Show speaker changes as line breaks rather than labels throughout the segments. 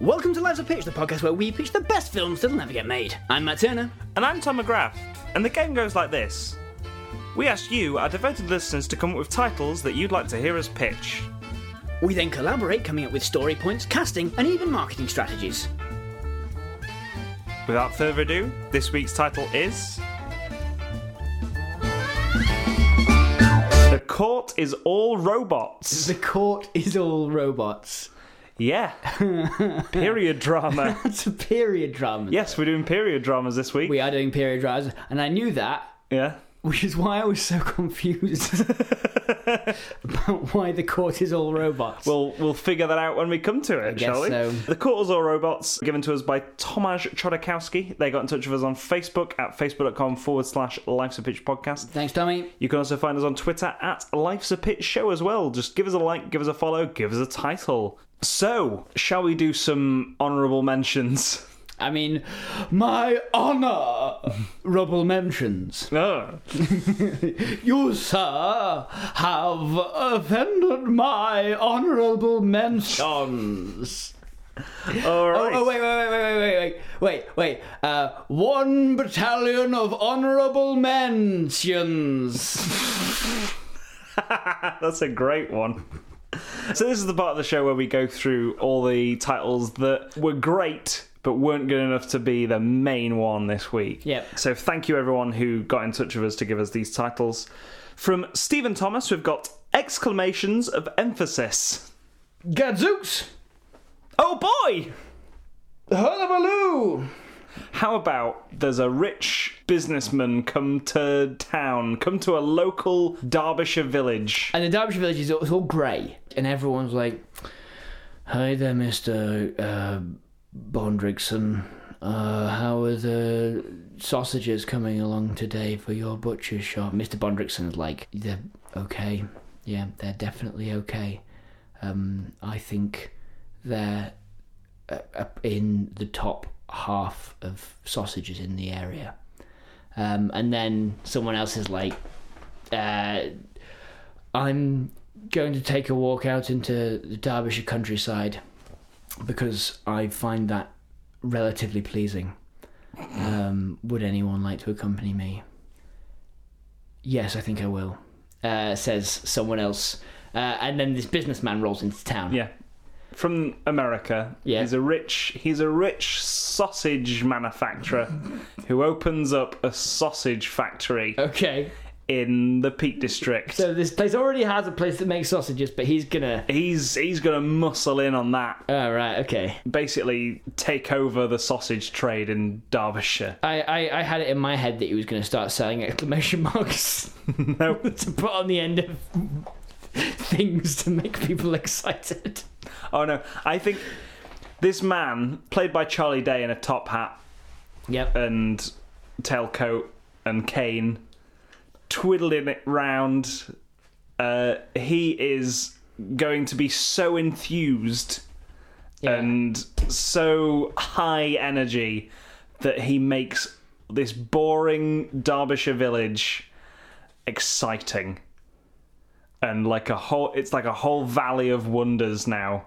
Lives of Pitch, the podcast where we pitch the best films that'll never get made. I'm Matt Turner.
And I'm Tom McGrath, and the game goes like this. We asked you, our devoted listeners, to come up with titles that you'd like to hear us pitch.
We then collaborate, coming up with story points, casting, and even marketing strategies.
Without further ado, this week's title is. The Court is All Robots.
The court is all robots.
Yeah. period drama.
That's a period drama.
Yes, we're doing period dramas this week.
We are doing period dramas, and I knew that,
Yeah.
which is why I was so confused about why the court is all robots.
We'll we'll figure that out when we come to it,
guess
shall we?
so.
The Cortals or Robots, given to us by Tomasz Chodakowski. They got in touch with us on Facebook at facebook.com forward slash Life's a Pitch podcast.
Thanks, Tommy.
You can also find us on Twitter at Life's a Pitch Show as well. Just give us a like, give us a follow, give us a title. So, shall we do some honourable mentions?
I mean, my honour, Rubble mentions.
Oh.
You, sir, have offended my honourable mentions.
All
Oh,
right.
oh, wait, wait, wait, wait, wait, wait, wait, wait, wait. Uh, one battalion of honourable mentions.
That's a great one. So this is the part of the show where we go through all the titles that were great but weren't good enough to be the main one this week.
Yep.
So thank you everyone who got in touch with us to give us these titles. From Stephen Thomas, we've got exclamations of emphasis.
Gadzooks,
Oh boy!
hullabaloo.
How about there's a rich businessman come to town, come to a local Derbyshire village.
And the Derbyshire village is all, it's all grey, and everyone's like, "Hi there, Mister uh, Bondrigson. Uh, how are the sausages coming along today for your butcher's shop?" Mister Bondrigson's like, "They're okay. Yeah, they're definitely okay. Um, I think they're uh, up in the top half of sausages in the area." Um, and then someone else is like. Uh, I'm going to take a walk out into the Derbyshire countryside because I find that relatively pleasing. Um, would anyone like to accompany me? Yes, I think I will, uh, says someone else. Uh, and then this businessman rolls into town.
Yeah. From America.
Yeah.
He's a rich he's a rich sausage manufacturer who opens up a sausage factory
Okay.
in the Peak District.
So this place already has a place that makes sausages, but he's gonna.
He's he's gonna muscle in on that.
Oh, right, okay.
Basically take over the sausage trade in Derbyshire.
I, I, I had it in my head that he was gonna start selling exclamation marks.
No.
to put on the end of things to make people excited.
Oh no. I think this man, played by Charlie Day in a top hat
Yep.
and tailcoat and cane, twiddling it round. Uh, he is going to be so enthused
Yeah.
and so high energy that he makes this boring Derbyshire village exciting. And like a whole, it's like a whole valley of wonders now.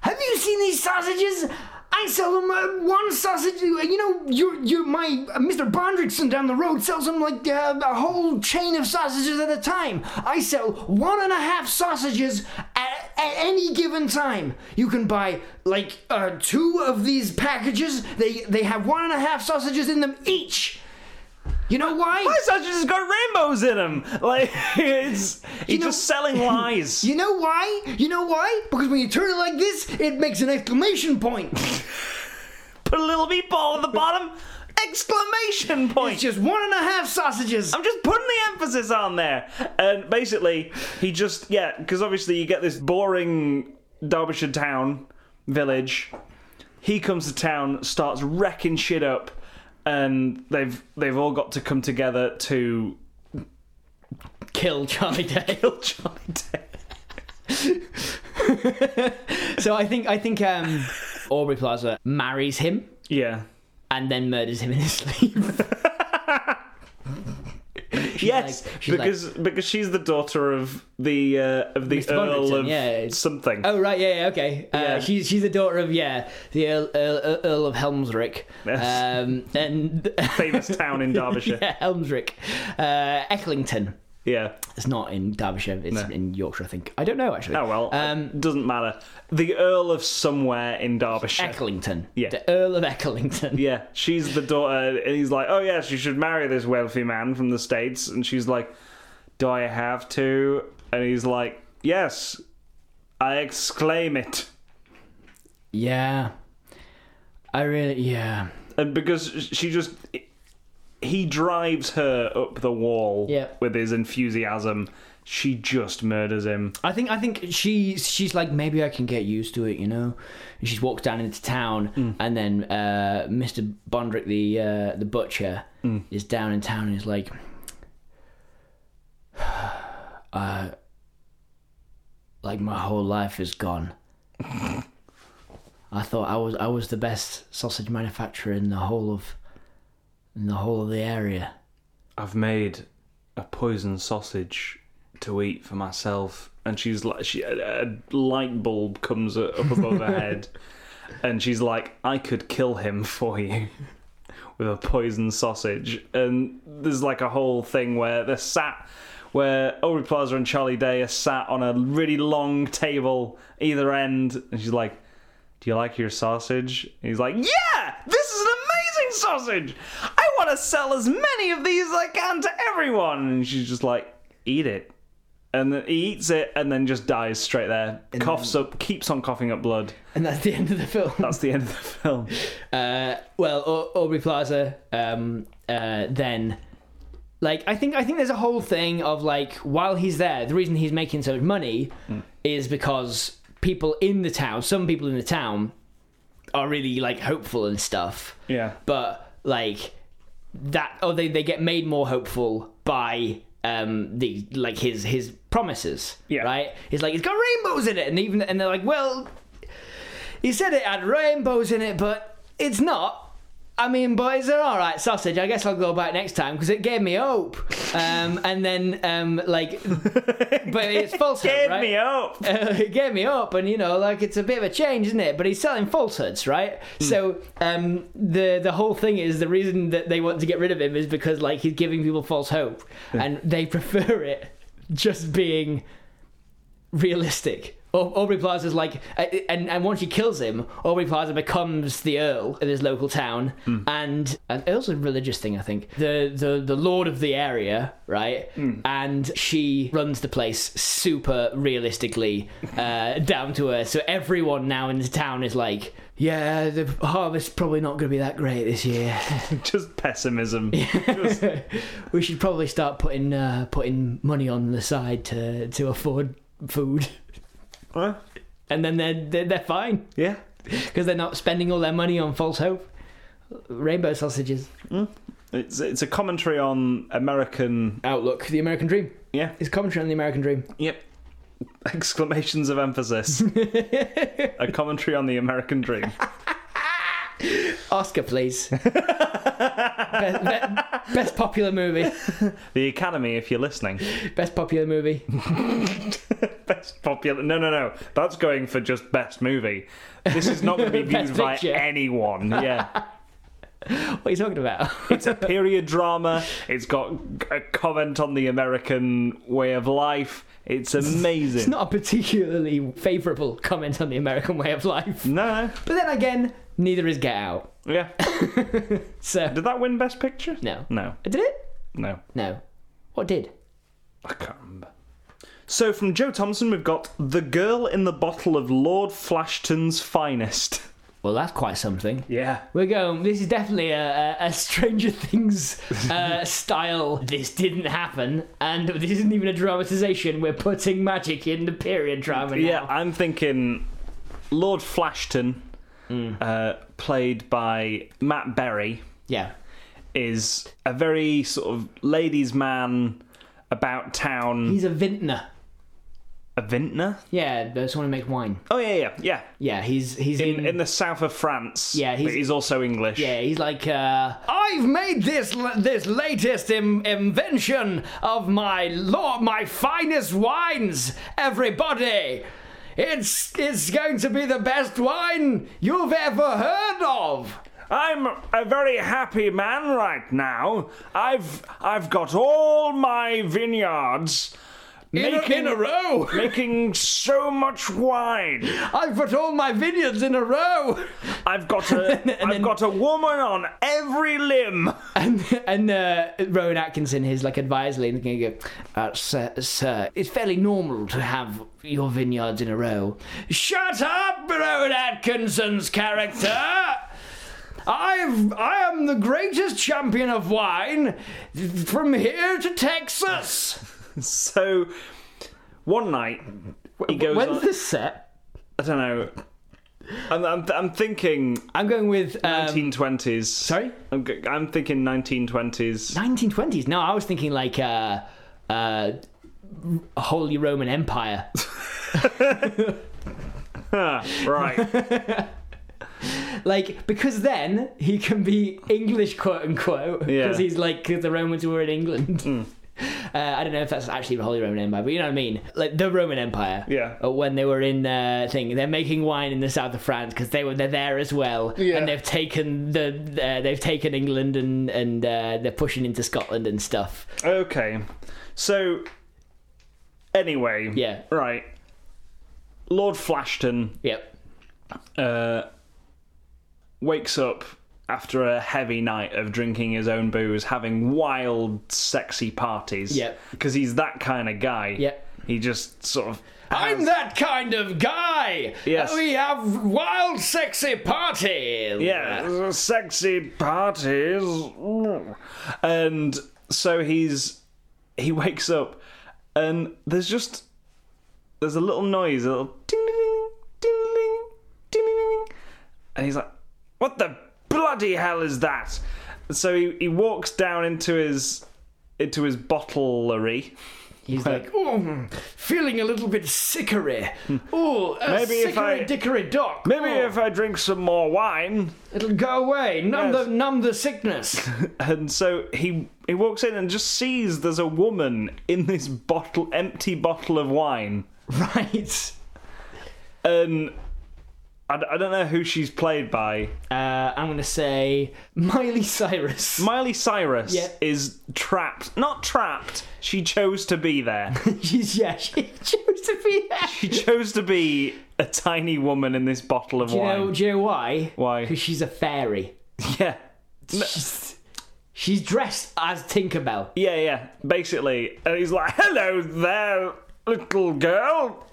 Have you seen these sausages? I sell them uh, one sausage. You know, you you my uh, Mr. Bondrickson down the road sells them like uh, a whole chain of sausages at a time. I sell one and a half sausages at, at any given time. You can buy like uh, two of these packages. They they have one and a half sausages in them each. You know why?
Why sausages has got rainbows in them? Like it's he's
know-
just selling lies.
You know why? You know why? Because when you turn it like this, it makes an exclamation point.
put a little meatball at the bottom. Exclamation point!
It's just one and a half sausages.
I'm just putting the emphasis on there. And basically, he just yeah, because obviously you get this boring Derbyshire town village. He comes to town, starts wrecking shit up, and they've they've all got to come together to
Kill Charlie Day.
kill Charlie Day.
so I think I think um, Aubrey Plaza marries him
Yeah.
and then murders him in his sleep. She's
yes,
like- she's like-
because because she's the daughter of the uh, of the
Mr.
Earl
Bondrington,
of
yeah, it's-
something.
Oh right, yeah, yeah okay. Uh,
Yeah.
She's she's the daughter of yeah the Earl, Earl, Earl of Helmsrick,
Yes.
um, and
Famous town in Derbyshire.
yeah, Helmsrick, uh, Ecklington.
yeah.
It's not in Derbyshire. It's in Yorkshire, I think. I don't know actually.
Oh well,
Um,
it doesn't matter. The Earl of somewhere in Derbyshire.
Ecklington.
uh, Yeah.
The Earl of Ecklington.
Yeah, she's the daughter, and he's like, "Oh yes, you should marry this wealthy man from the states." And she's like, "Do I have to?" And he's like, "Yes, I exclaim it."
Yeah. I really yeah.
And because she just, he drives her up the wall
Yeah.
with his enthusiasm. She just murders him.
I think I think she's she's like maybe I can get used to it, you know. And she's walked down into town, and then uh, Mr. Bondrick, the uh, the butcher, is down in town and is like, uh, like my whole life is gone. I thought I was I was the best sausage manufacturer in the whole of in the whole of the area.
I've made a poison sausage to eat for myself, and she's like, she a, a light bulb comes up above her head, and she's like, I could kill him for you with a poison sausage, and there's like a whole thing where they're sat. Where Aubrey Plaza and Charlie Day are sat on a really long table, either end, and she's like, do you like your sausage? And he's like, Yeah, this is an amazing sausage. I want to sell as many of these as I can to everyone. And she's just like, Eat it. And then he eats it and then just dies straight there. coughs up, keeps on coughing up blood.
And that's the end of the film.
That's the end of the film.
uh, well, Au- Aubrey Plaza. Um, uh, then, like, I think I think there's a whole thing of like while he's there, the reason he's making so much money is because people in the town, some people in the town, are really like hopeful and stuff.
Yeah.
But like that, or they they get made more hopeful by. Um, the like his his promises,
Yeah.
right? He's like it's got rainbows in it, and even and they're like, well, he said it had rainbows in it, but it's not. I mean, but it's an alright sausage. I guess I'll go back next time because it gave me hope. Um, and then, um, like, but it's falsehood,
Give
right?
me up.
Uh, it gave me up, and you know, like it's a bit of a change, isn't it? But he's selling falsehoods, right? So um, the the whole thing is the reason that they want to get rid of him is because like he's giving people false hope, and they prefer it just being realistic. Au- Aubrey Plaza's like, and and once she kills him, Aubrey Plaza becomes the Earl of his local town, and and Earl's a religious thing, I think. The the the Lord of the area, right? And she runs the place super realistically, uh, down to earth. So everyone now in the town is like, yeah, the harvest's probably not going to be that great this year.
Just pessimism.
we should probably start putting uh, putting money on the side to to afford food,
Huh?
and then they're they're, they're fine.
Yeah.
because they're not spending all their money on false hope. Rainbow sausages.
It's, it's a commentary on American.
Outlook, the American dream.
Yeah.
It's commentary on the American dream.
Yep. Exclamations of emphasis. a commentary on the American dream.
Oscar, please. Be- be- best, popular movie.
The Academy, if you're listening.
Best popular movie.
best popular. No, no, no. That's going for just best movie. This is not going to be
Best
viewed by
picture.
anyone. Yeah,
What are you talking about?
it's a period drama. It's got a comment on the American way of life. It's amazing.
It's not a particularly favourable comment on the American way of life.
No,
But then again, neither is Get Out.
no. Yeah.
So
Did that win best picture?
no,
No.
did it?
No.
No. What did?
I can't remember. So from Joe Thompson, we've got the girl in the bottle of Lord Flashton's finest.
Well, that's quite something.
Yeah.
We're going. This is definitely a, a, a Stranger Things uh, style. This didn't happen, and this isn't even a dramatization. We're putting magic in the period drama now.
Yeah, I'm thinking Lord Flashton,
Hmm.
uh, played by Matt Berry,
yeah.
is a very sort of ladies' man about town,
He's a vintner.
a a vintner.
Yeah, there's someone who makes wine.
Oh yeah, yeah, yeah.
Yeah, he's he's in.
In, in the south of France.
Mm. Yeah,
but
he's-
he's also English.
yeah, he's like, uh, I've made this l- this latest Im- invention of my law, my finest wines. Everybody, it's it's going to be the best wine you've ever heard of.
I'm a very happy man right now. I've I've got all my vineyards
In a, in a row,
making so much wine.
I've put all my vineyards in a row.
I've got a I've
then-
got a woman on every limb.
And and uh, Rowan Atkinson, his like advisor, and he go, uh, sir, sir, it's fairly normal to have your vineyards in a row. Shut up, Rowan Atkinson's character. I've I am the greatest champion of wine from here to Texas.
So one night he goes.
When's
On,
this set?
I don't know. I'm, I'm, I'm thinking
I'm going with um,
1920s.
sorry,
I'm, g- I'm thinking 1920s.
1920s. No, I was thinking like uh, uh, Holy Roman Empire.
Ah, right.
Like, because then he can be English, quote unquote,
Yeah. Hmm.
because he's like, 'cause the Romans were in England. Uh, I don't know if that's actually the Holy Roman Empire, but you know what I mean? Like, the Roman Empire.
Yeah.
Uh, When they were in uh, thing, they're making wine in the south of France because they were they're there as well,
Yeah.
and they've taken the uh, they've taken England and and uh, they're pushing into Scotland and stuff.
okay. So anyway.
Yeah.
Right. Lord Flashton
Yep.
uh, wakes up after a heavy night of drinking his own booze, having wild, sexy parties.
Yep.
Because he's that kind of guy.
Yep.
He just sort of.
I'm that kind of guy.
Yes.
We have wild, sexy parties.
Yeah, sexy parties. And so he's. He wakes up, and there's just. There's a little noise, a little ding ding ding ding ding ding. And he's like, what the bloody hell is that? So he, he walks down into his into his bottlery.
He's like, oh, feeling a little bit sickery. Oh,
Hmm. Maybe if I-
sickery dickery dock.
Maybe if I drink some more wine.
it'll go away, numb
Yes.
the numb the sickness.
And so he he walks in and just sees there's a woman in this bottle empty bottle of wine.
right.
And I, d- I don't know who she's played by.
Uh, I'm gonna say Miley Cyrus.
Miley Cyrus
Yeah.
is trapped. Not trapped. She chose to be there.
She's yeah, she chose to be there.
she chose to be a tiny woman in this bottle of
Do you
wine.
know, do you know why?
Why?
Because she's a fairy.
Yeah.
She's, she's dressed as Tinkerbell.
Yeah, yeah. Basically. And he's like, hello there, little girl.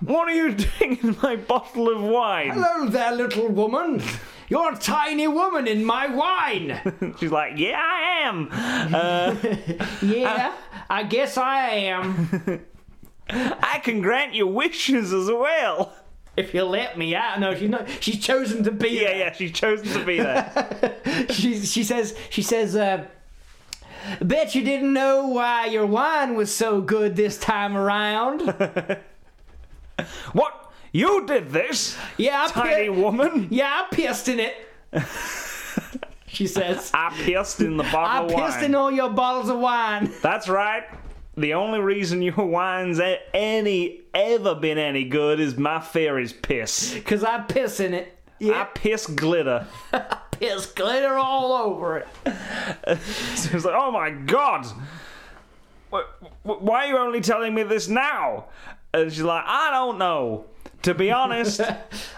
What are you doing in my bottle of wine?
Hello there, little woman. You're a tiny woman in my wine.
She's like, yeah, I am. Uh,
Yeah, Uh, I guess I am.
I can grant you wishes as well.
If you let me out, no, she's not. She's chosen to be.
Yeah, yeah, she's chosen to be there.
She she says she says. Uh, Bet you didn't know why your wine was so good this time around.
what? You did this,
Yeah, I
tiny
pi-
woman?
yeah, I pissed in it. she says.
I pissed in the
I
bottle of
pissed
wine.
in all your bottles of wine.
That's right. The only reason your wine's a- any ever been any good is my fairy's piss.
Cause I piss in it.
I
Yeah,
piss glitter.
I piss glitter all over it.
So it's like, oh my god, Wh- wh- why are you only telling me this now? And she's like, I don't know. To be honest,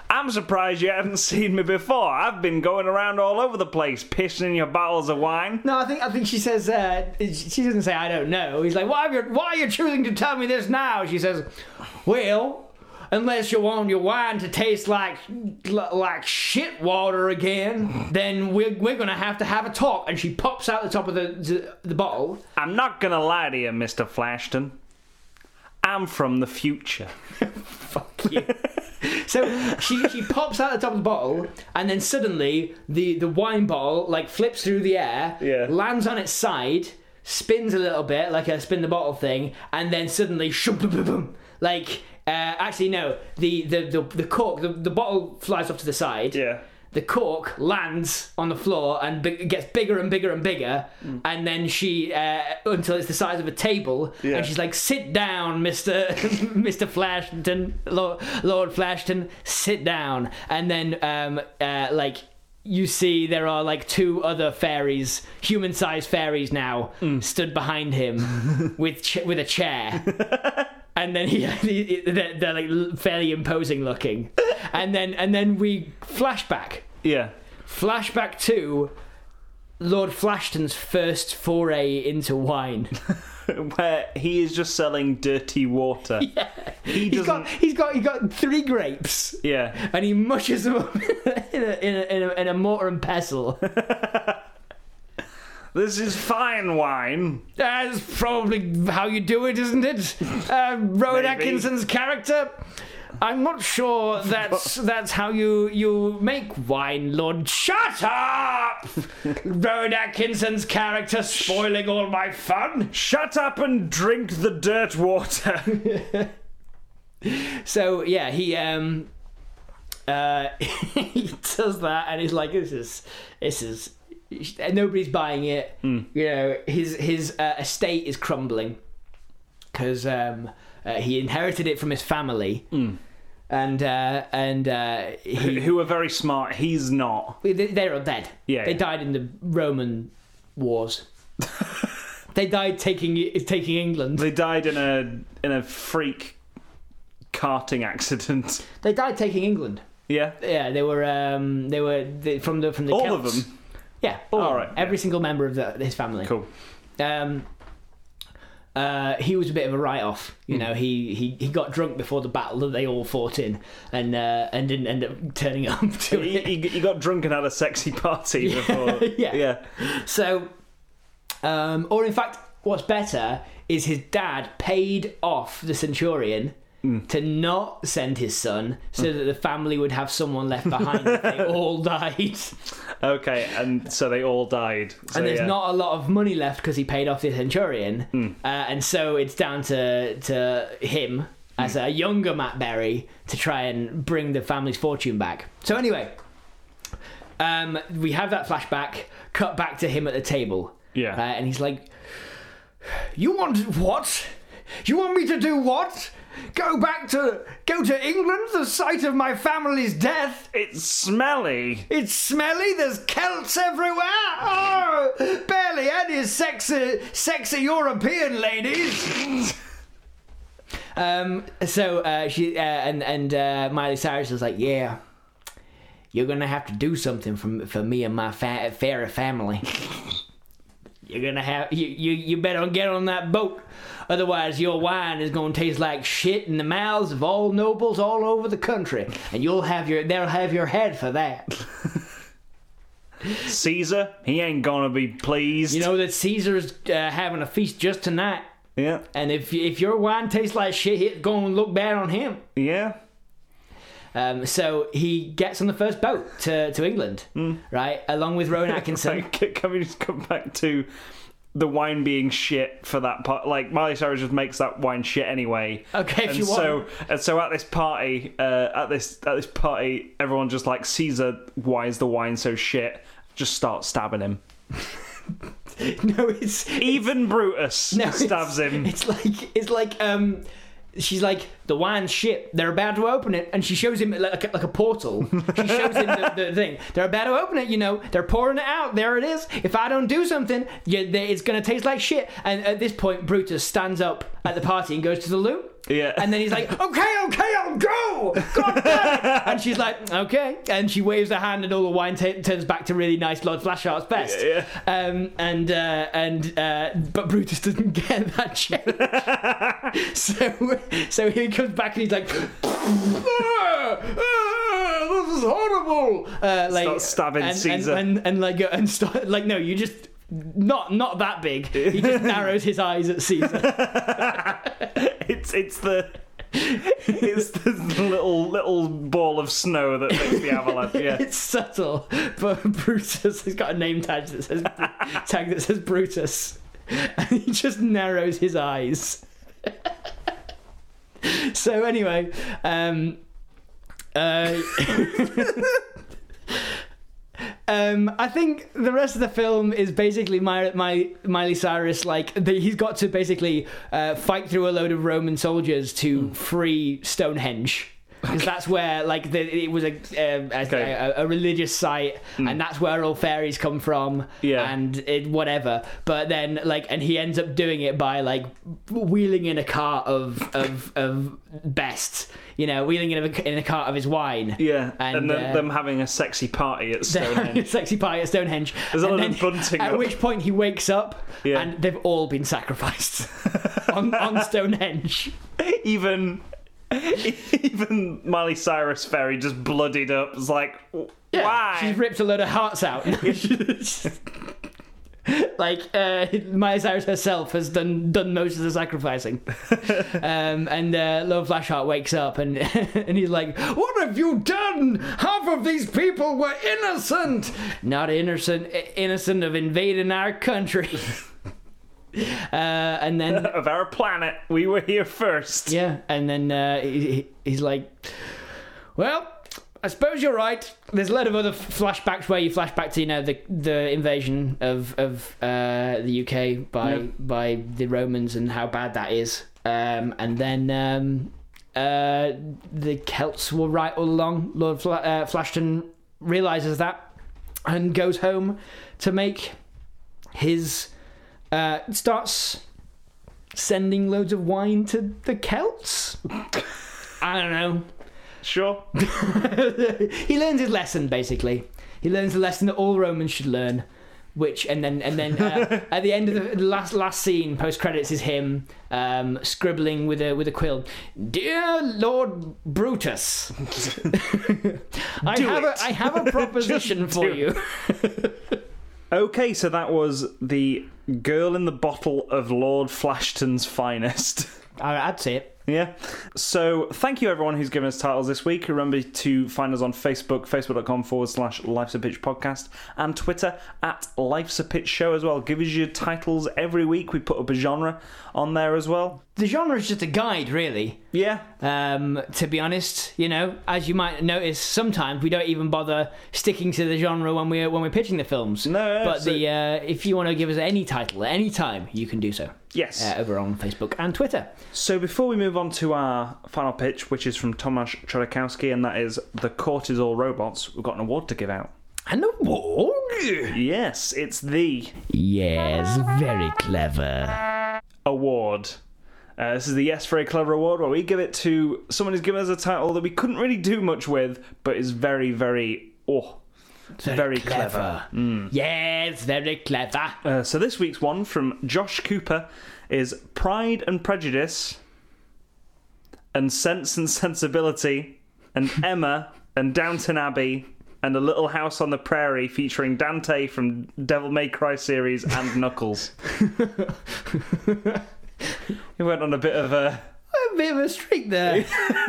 I'm surprised you haven't seen me before. I've been going around all over the place, pissing in your bottles of wine.
No, I think I think she says uh, she doesn't say I don't know. He's like, why are you why are you choosing to tell me this now? She says, well, unless you want your wine to taste like li- like shit water again, then we're we're gonna have to have a talk. And she pops out the top of the the, the bottle.
I'm not gonna lie to you, Mr. Flashton. I'm from the future.
Fuck you. So she, she pops out the top of the bottle, and then suddenly the, the wine bottle like flips through the air,
Yeah.
lands on its side, spins a little bit like a spin the bottle thing, and then suddenly shum boom boom boom Like, uh, actually, no. The the the, the cork, the, the bottle flies off to the side.
Yeah.
The cork lands on the floor and b- gets bigger and bigger and bigger, and then she uh, until it's the size of a table,
Yeah.
and she's like, "Sit down, Mister Mister Flashton, Lord, Lord Flashton, sit down." And then um, uh, like you see, there are like two other fairies, human-sized fairies now, stood behind him with ch- with a chair. and then he, he- they're, they're like fairly imposing looking and then and then we flashback
Yeah.
flashback to lord flashton's first foray into wine
Where he is just selling dirty water. Yeah. He
he's
doesn't.
got he's got he got three grapes
Yeah.
and he mushes them up in a, in a, in a, in a mortar and pestle
This is fine wine.
That's probably how you do it, isn't it? Uh, Rowan
Maybe.
Atkinson's character. I'm not sure that's that's how you you make wine, Lord. Shut up, Rowan Atkinson's character, spoiling all my fun.
Shut up and drink the dirt water.
So yeah, he um uh he does that and he's like, this is this is nobody's buying it.
Hmm.
You know, his his uh, estate is crumbling because um uh, he inherited it from his family.
Hmm.
And uh, and uh, he,
Who are very smart. He's not.
they, they're all dead.
Yeah,
they
yeah.
died in the Roman wars. they died taking taking England.
They died in a in a freak carting accident.
They died taking England.
Yeah.
Yeah, they were um, they were the, from the from the
All of
Celts.
them.
Yeah, all,
All
of
right,
them. Every
yeah.
single member of the, his family.
Cool.
Um, uh, he was a bit of a write-off, you
Hmm.
know. He, he he got drunk before the battle that they all fought in, and uh, and didn't end up turning up to
He,
it.
he, he got drunk and had a sexy party before.
yeah.
Yeah.
So, um, or in fact, what's better is his dad paid off the centurion.
Hmm.
To not send his son, so that the family would have someone left behind. if they all died.
Okay. And so they all died. So,
and there's
yeah. Hmm.
not a lot of money left because he paid off the centurion, uh, and so it's down to to him
Hmm.
as a younger Matt Berry to try and bring the family's fortune back. So anyway, um, we have that flashback. Cut back to him at the table,
Yeah.
uh, and he's like, "You want what? You want me to do what?" Go back to go to England, the site of my family's death.
It's smelly.
It's smelly. There's Celts everywhere. Oh, barely any sexy, sexy European ladies. um. So uh, she uh, and and uh, Miley Cyrus was like, yeah. You're gonna have to do something for for me and my fa- fairy family. You're gonna have you, you you better get on that boat, otherwise your wine is gonna taste like shit in the mouths of all nobles all over the country, and you'll have your they'll have your head for that.
Caesar, he ain't gonna be pleased.
You know that Caesar's uh, having a feast just tonight,
yeah.
and if if your wine tastes like shit, it's gonna look bad on him.
Yeah.
Um, so he gets on the first boat to to England,
Hmm.
right, along with Rowan Atkinson.
Like, c- can we just come back to the wine being shit for that part? Like, Miley Cyrus just makes that wine shit anyway.
Okay, if
and
you want.
so, And so at this party, uh, at this at this party, everyone just like Caesar. Why is the wine so shit? Just start stabbing him.
no, it's
Even Brutus
No,
stabs
it's-
him.
It's like it's like um, she's like the wine's shit. They're about to open it, and she shows him like a, like a portal. She shows him the, the thing. They're about to open it. You know, they're pouring it out. There it is. If I don't do something, yeah, they, it's gonna taste like shit. And at this point, Brutus stands up at the party and goes to the loo.
Yeah.
And then he's like, "Okay, okay, I'll go." God damn it! And she's like, "Okay," and she waves her hand, and all the wine ta turns back to really nice Lord Flashart's best.
Yeah,
Um, and uh, and uh, but Brutus doesn't get that change. so so he comes back and he's like, "Ah, ah, "This is horrible!" Uh, like
Start stabbing
and,
Caesar.
and, and, and like go- and start, like no, you just. Not not that big. He just narrows his eyes at Caesar.
it's it's the. it's the little little ball of snow that makes the avalanche. Yeah,
It's subtle, but Brutus has got a name tag that says tag that says Brutus, and he just narrows his eyes. so anyway, um, uh, um, I think the rest of the film is basically my my Miley Cyrus like the, he's got to basically uh, fight through a load of Roman soldiers to free Stonehenge. Because that's where, like, the, it was a, um, a,
Okay.
a, a religious site, and that's where all fairies come from,
Yeah.
and it, whatever. But then, like, and he ends up doing it by like wheeling in a cart of of of best, you know, wheeling in a, in a cart of his wine.
Yeah, and,
And,
then
uh,
them having a sexy party at
Stonehenge.
Stonehenge.
sexy pie at Stonehenge.
There's a
And
lot of bunting
At
up.
which point he wakes up
Yeah.
and they've all been sacrificed on, on Stonehenge.
even even Miley Cyrus fairy just bloodied up. It's like, w- why?
She's ripped a load of hearts out. like uh, Miley Cyrus herself has done done most of the sacrificing. um, and uh, Love Flashheart wakes up and and he's like, "What have you done? Half of these people were innocent, not innocent, innocent of invading our country." uh, and then
of our planet, we were here first.
yeah, and then uh, he, he- he's like, "Well, I suppose you're right. There's a lot of other f- flashbacks where you flash back to you know the the invasion of of uh, the UK by
Yep.
by the Romans and how bad that is. Um, and then um, uh, the Celts were right all along. Lord Fla- uh, Flashton realizes that and goes home to make his uh, starts sending loads of wine to the Celts. I don't know.
Sure.
he learns his lesson basically. He learns the lesson that all Romans should learn, which and then and then uh, at the end of the the last last scene post credits is him um, scribbling with a with a quill. Dear Lord Brutus, I
Do
have
it.
a I have a proposition for
do
you.
Okay, so that was the girl in the bottle of Lord Flashton's finest.
All right, I'd say it.
Yeah. So thank you everyone who's given us titles this week. Remember to find us on Facebook, facebook.com forward slash Life's a Pitch podcast, and Twitter at Life's a Pitch show as well. Give us your titles every week. We put up a genre on there as well.
The genre is just a guide, really.
Yeah.
Um, to be honest, you know, as you might notice, sometimes we don't even bother sticking to the genre when we're when we're pitching the films.
No,
but
so-
the uh, if you want to give us any title at any time, you can do so
Yes.
uh, over on Facebook and Twitter.
So before we move on to our final pitch, which is from Tomasz Chodakowski, and that is The Court is All Robots, we've got an award to give out.
And the wog.
Yes, it's the
Yes, very clever.
award. Uh, this is the Yes Very Clever Award, where we give it to someone who's given us a title that we couldn't really do much with, but is very, very, oh, very, clever. Mm.
Yes, very clever.
Uh, so this week's one from Josh Cooper is Pride and Prejudice, and Sense and Sensibility, and Emma, and Downton Abbey, and A Little House on the Prairie featuring Dante from Devil May Cry series and Knuckles. he went on a bit of a.
A bit of a streak there.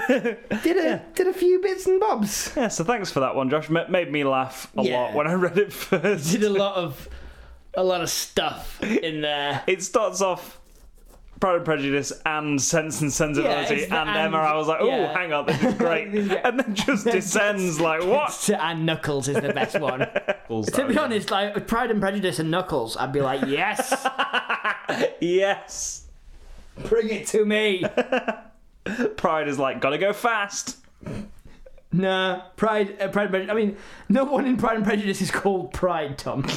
did a did a few bits and bobs.
Yeah, so thanks for that one, Josh. Ma- made me laugh a
Yeah.
lot when I read it first.
did a lot of a lot of stuff in there.
It starts off Pride and Prejudice and Sense and Sensibility
it's the
and,
and-
Emma. I was like, oh,
yeah.
hang on, this is great.
This is great.
and then just descends like, what?
And Knuckles is the best one. to be honest, like with Pride and Prejudice and Knuckles, I'd be like, yes,
Yes.
bring it to me.
Pride is like, gotta go fast.
nah, Pride, uh, Pride and Prejudice. I mean, no one in Pride and Prejudice is called Pride, Tom.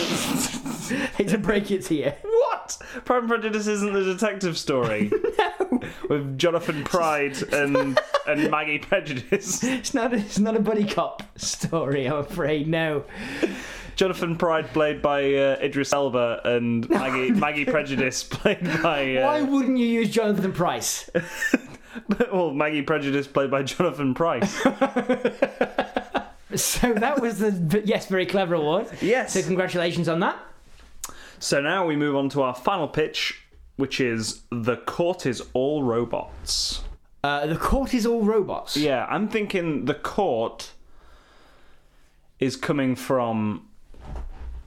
Hate to break it to you.
What? Pride and Prejudice isn't the detective story. With Jonathan Pride and and Maggie Prejudice.
It's not. It's not a buddy cop story. I'm afraid. No.
Jonathan Pride played by uh, Idris Elba and Maggie Maggie Prejudice played by
Why
uh,
wouldn't you use Jonathan Price?
well Maggie Prejudice played by Jonathan Price.
So that was the yes, very clever award.
Yes.
So congratulations on that.
So now we move on to our final pitch, which is the court is all robots.
Uh, the court is all robots.
Yeah, I'm thinking the court is coming from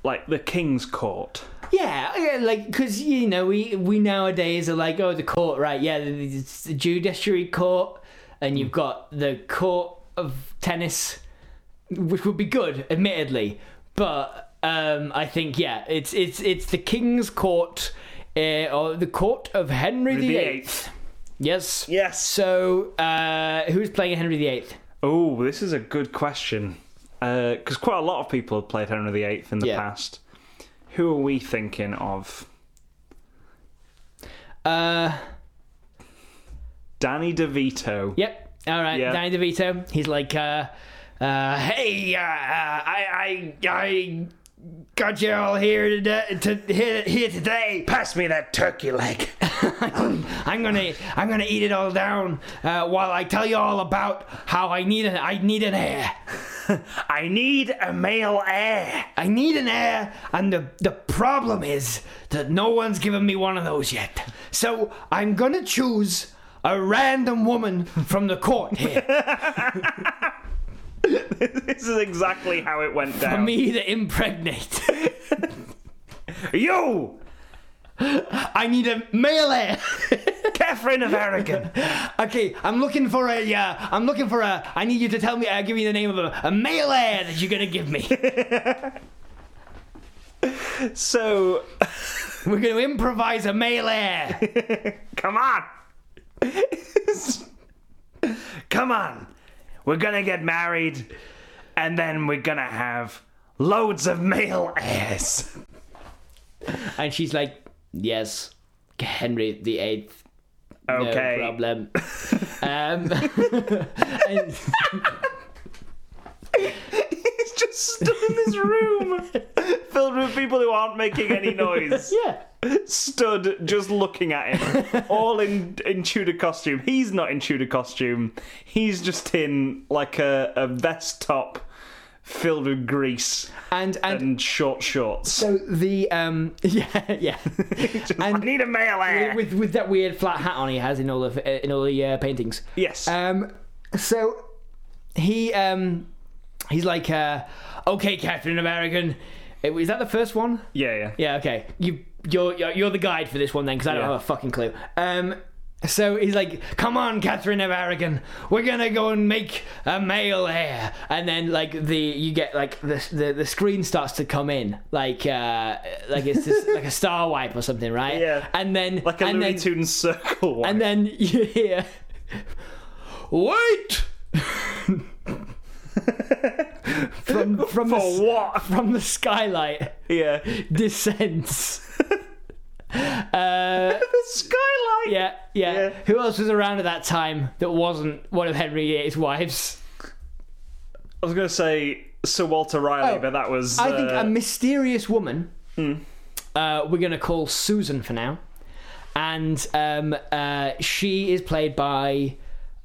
like the king's court.
Yeah, yeah, like because you know we we nowadays are like, oh, the court, right? Yeah, the, the, the judiciary court, and you've
Mm.
got the court of tennis, which would be good, admittedly, but um, I think yeah, it's it's it's the King's Court uh, or the Court of Henry
The
VIII.
eighth.
Yes.
Yes.
So uh, who's playing Henry VIII?
Oh, this is a good question. Because quite a lot of people have played Henry VIII in the
Yeah.
past. Who are we thinking of?
Uh,
Danny DeVito.
yep. All right,
Yeah.
Danny DeVito. He's like, uh, uh, hey, uh, uh, I, I, I got you all here today, to, here, here today.
Pass me that turkey leg.
I'm gonna I'm gonna eat it all down uh, while I tell you all about how I need an I need an heir.
I need a male heir.
I need an heir, and the the problem is that no one's given me one of those yet. So I'm gonna choose a random woman from the court here
This is exactly how it went
for
down.
me to impregnate.
You,
I need a male heir.
Catherine of Aragon.
okay, I'm looking for a. Uh, I'm looking for a. I need you to tell me. Uh, give me the name of a, a male heir that you're gonna give me.
so,
We're gonna improvise a male heir.
come on. come on. We're gonna get married, and then we're gonna have loads of male heirs.
And she's like, yes, Henry the Eighth. No
Okay.
problem. um, and-
He's just stood in this room filled with people who aren't making any noise.
yeah.
Stood just looking at him, all in in Tudor costume. He's not in Tudor costume. He's just in like a, a vest top filled with grease
and and
and short shorts.
so the um yeah yeah
I need a male heir.
with with that weird flat hat on he has in all of in all the uh, paintings
yes.
um so he um he's like uh okay captain american Uh, is that the first one
yeah, yeah.
yeah okay you you're you're, you're the guide for this one then because i don't
Yeah.
have a fucking clue um so he's like, "Come on, Catherine of Aragon, we're gonna go and make a male heir." And then, like the you get like the the, the screen starts to come in, like uh like it's just like a star wipe or something, right?
Yeah.
And then
Like a
and
Looney
then,
Tunes circle one.
and then you hear, "Wait!" from from the,
For
s-
what?
from the skylight
Yeah.
descends. Uh,
the skylight.
yeah, yeah,
Yeah.
Who else was around at that time that wasn't one of Henry VIII's wives?
I was gonna say Sir Walter Riley,
Oh,
but that was.
I think
uh,
a mysterious woman. Uh, we're going to call Susan for now, and um, uh, she is played by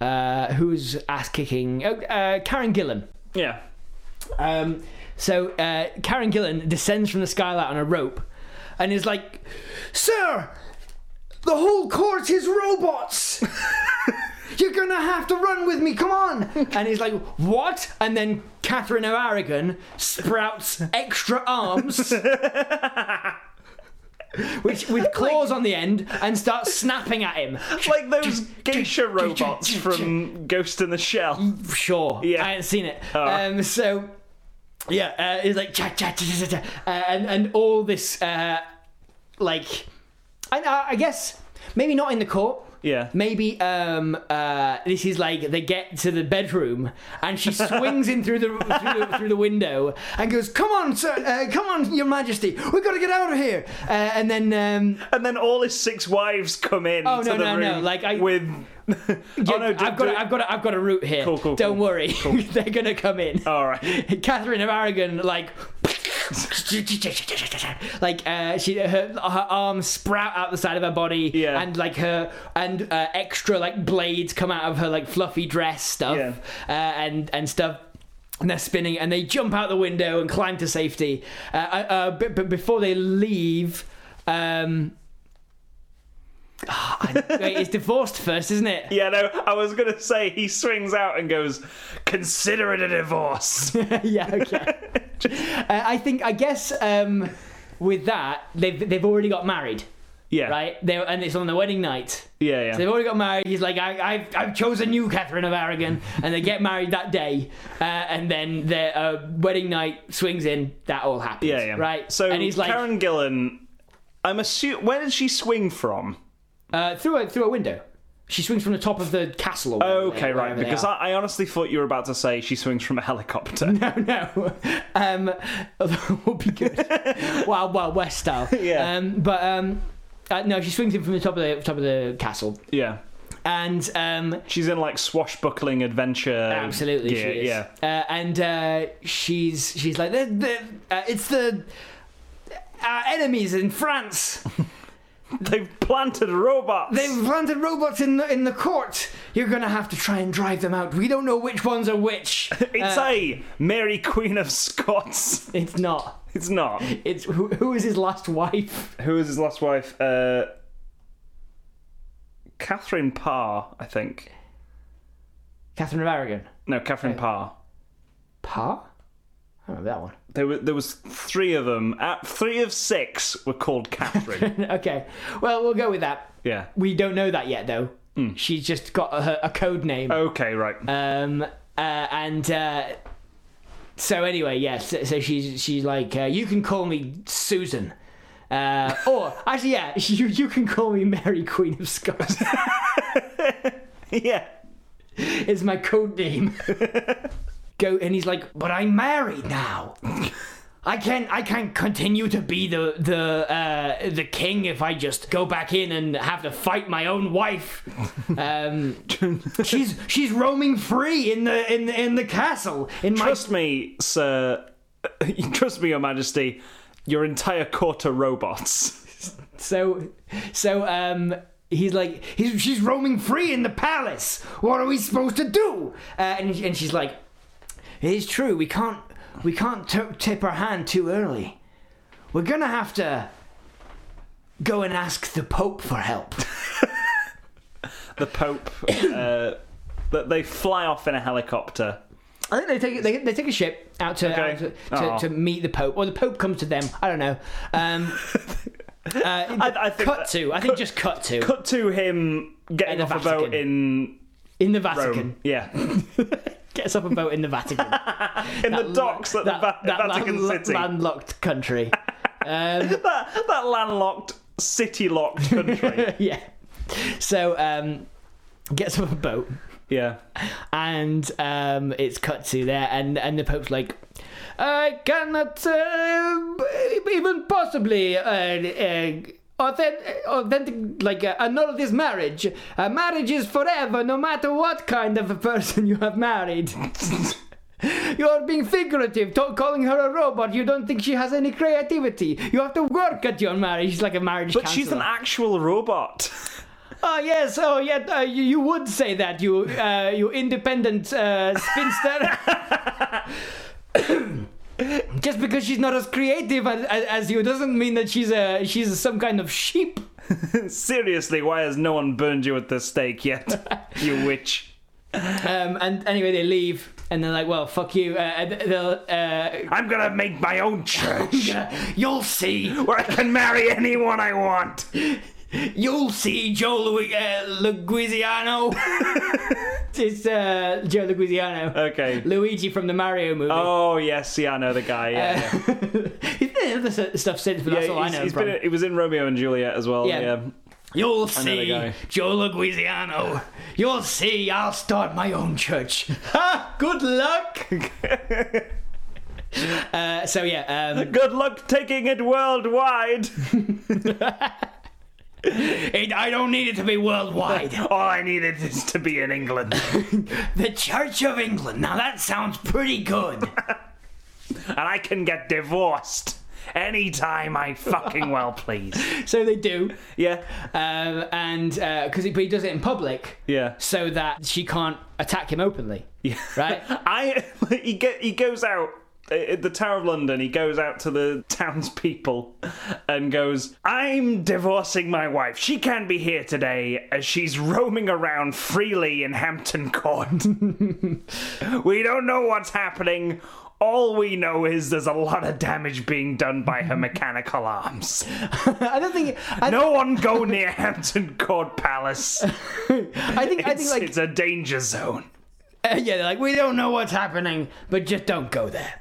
uh, who's ass kicking? Oh, uh, Karen Gillan.
yeah.
Um, so uh, Karen Gillan descends from the skylight on a rope and is like, Sir, the whole court is robots! You're gonna have to run with me, come on! And he's like, What? And then Catherine O'Aragon sprouts extra arms. Which, with claws on the end and starts snapping at him.
Like those geisha robots from Ghost in the
Mm,
Shell.
Sure.
Yeah.
I hadn't seen it.
right.
Um, so, yeah, uh, it's like cha cha cha cha cha, cha, uh, and and all this uh, like, and uh, I guess maybe not in the court.
Yeah.
Maybe um, uh, this is like they get to the bedroom and she swings in through the through the, through the window and goes, "Come on, sir, uh, come on, Your Majesty, we've got to get out of here." Uh, and then um,
And then all his six wives come in
Oh,
to
no,
the
no,
room
no, like, I-
with. oh no!
I've got a, I've got a, I've got a route here.
Cool, cool,
Don't
cool.
worry, they're gonna come in.
All right.
Catherine of Aragon, like, like uh, she her, her arms sprout out the side of her body,
Yeah.
and like her and uh, extra like blades come out of her like fluffy dress stuff,
Yeah.
uh, and and stuff. And they're spinning, and they jump out the window and climb to safety. Uh, uh, but, but before they leave, um, ah, I- wait, it's divorced first, isn't it?
Yeah, no. I was gonna say he swings out and goes, "Consider it a divorce."
yeah, okay. uh, I think I guess um, with that they've they've already got married.
Yeah.
right? They, and it's on the wedding night.
Yeah, yeah.
So they've already got married. He's like, I, I've, I've chosen you, Catherine of Aragon. And they get married that day. Uh, and then their uh, wedding night swings in. That all happens.
yeah, yeah.
Right?
So
and he's like,
Karen Gillan. I'm assuming where did she swing from?
uh, through, a, through a window. She swings from the top of the castle. Or whatever they-
Okay, right.
wherever they
Because
are.
I, I honestly thought you were about to say she swings from a helicopter.
no. Um, although it would be good. Wild Wild West style.
Yeah.
Um, but um, uh, no, she swings in from the top of the top of the castle,
Yeah,
and um,
she's in like swashbuckling adventure.
absolutely
gear,
she is.
Yeah,
Uh, and uh, she's she's like the, the, uh, it's the our enemies in France.
they've planted robots.
They've planted robots in the in the court. You're gonna have to try and drive them out. We don't know which ones are which.
It's
Uh,
a Mary Queen of Scots.
it's not.
It's not.
It's who, who is his last wife?
Who was his last wife? Uh, Catherine Parr, I think.
Catherine of Aragon.
No,
Uh,
Catherine Parr.
Par? I remember that one.
There were there was three of them. Uh, three of six were called Catherine.
Okay. Well, we'll go with that.
yeah.
We don't know that yet, though. She's just got a, a code name.
Okay, right.
Um, uh, and uh, so anyway, yes. so, so she's she's like, uh, you can call me Susan. Uh, or actually, yeah, you you can call me Mary Queen of Scots.
yeah.
is my code name. Go and he's like, but I'm married now. I can't I can't continue to be the the uh, the king if I just go back in and have to fight my own wife. Um, she's she's roaming free in the in the, in the castle in my
Trust me, sir. Trust me, Your Majesty. Your entire court are robots.
so so um he's like he's, she's roaming free in the palace what are we supposed to do uh, and, and she's like it is true we can't we can't t- tip our hand too early we're gonna have to go and ask the pope for help
The Pope. uh, that they fly off in a helicopter.
I think they take they, they take a ship out to
Okay.
out to,
Aw.
to, to meet the Pope, or the Pope comes to them. I don't know. Um, uh,
I think
cut
that-
to. I think just cut to
Cut to him getting
In the
off a boat
Vatican.
in
in the
Rome.
Vatican.
Yeah,
Gets up a boat in the Vatican.
in the docks at the Va- Vatican
landlo-
City.
landlocked country. Um,
that, that landlocked, city-locked country.
yeah. So um, gets up a boat
yeah.
and um, it's cut to there, and and the Pope's like. I cannot uh, even possibly uh, uh, authentic, authentic, like uh, annul this marriage. Uh, marriage is forever, no matter what kind of a person you have married. You are being figurative, to- calling her a robot. You don't think she has any creativity. You have to work at your marriage. She's like a marriage
But she's an actual robot.
Oh yes, oh yeah, uh, you, you would say that you uh, you independent uh, spinster. Just because she's not as creative as, as, as you doesn't mean that she's a she's some kind of sheep.
Seriously, why has no one burned you at the stake yet, you witch?
Um, and anyway, they leave, and they're like, "Well, fuck you." Uh, and they'll, uh,
I'm gonna make my own church
you'll see,
where I can marry anyone I want.
you'll see, Joe Lu- uh, Luguiziano. it's uh, Joe Luguiziano,
Okay.
Luigi from the Mario movie.
Oh yes, yeah, I know the guy. Yeah, yeah.
he's been in other s- stuff since, but Uh, that's all I
he's-
know.
he's
from.
been. It was in Romeo and Juliet as well.
Yeah.
Yeah.
You'll
know the
see,
guy.
Joe Luguiziano. You'll see, I'll start my own church. Ha! Good luck! uh, so, yeah, um,
Good luck taking it worldwide.
it, I don't need it to be worldwide.
All I needed is to be in England.
the Church of England. Now, that sounds pretty good.
and I can get divorced anytime I fucking well please.
so they do.
Yeah.
Um, and because he but he does it in public
Yeah.
so that she can't attack him openly.
Yeah.
Right?
I he get he goes out uh, at the Tower of London. He goes out to the townspeople and goes, "I'm divorcing my wife. She can't be here today as she's roaming around freely in Hampton Court. we don't know what's happening." All we know is there's a lot of damage being done by her mechanical arms.
I don't think. I,
No one go near Hampton Court Palace.
I think. I
It's,
think like.
it's a danger zone.
Uh, yeah, they're like, we don't know what's happening, but just don't go there.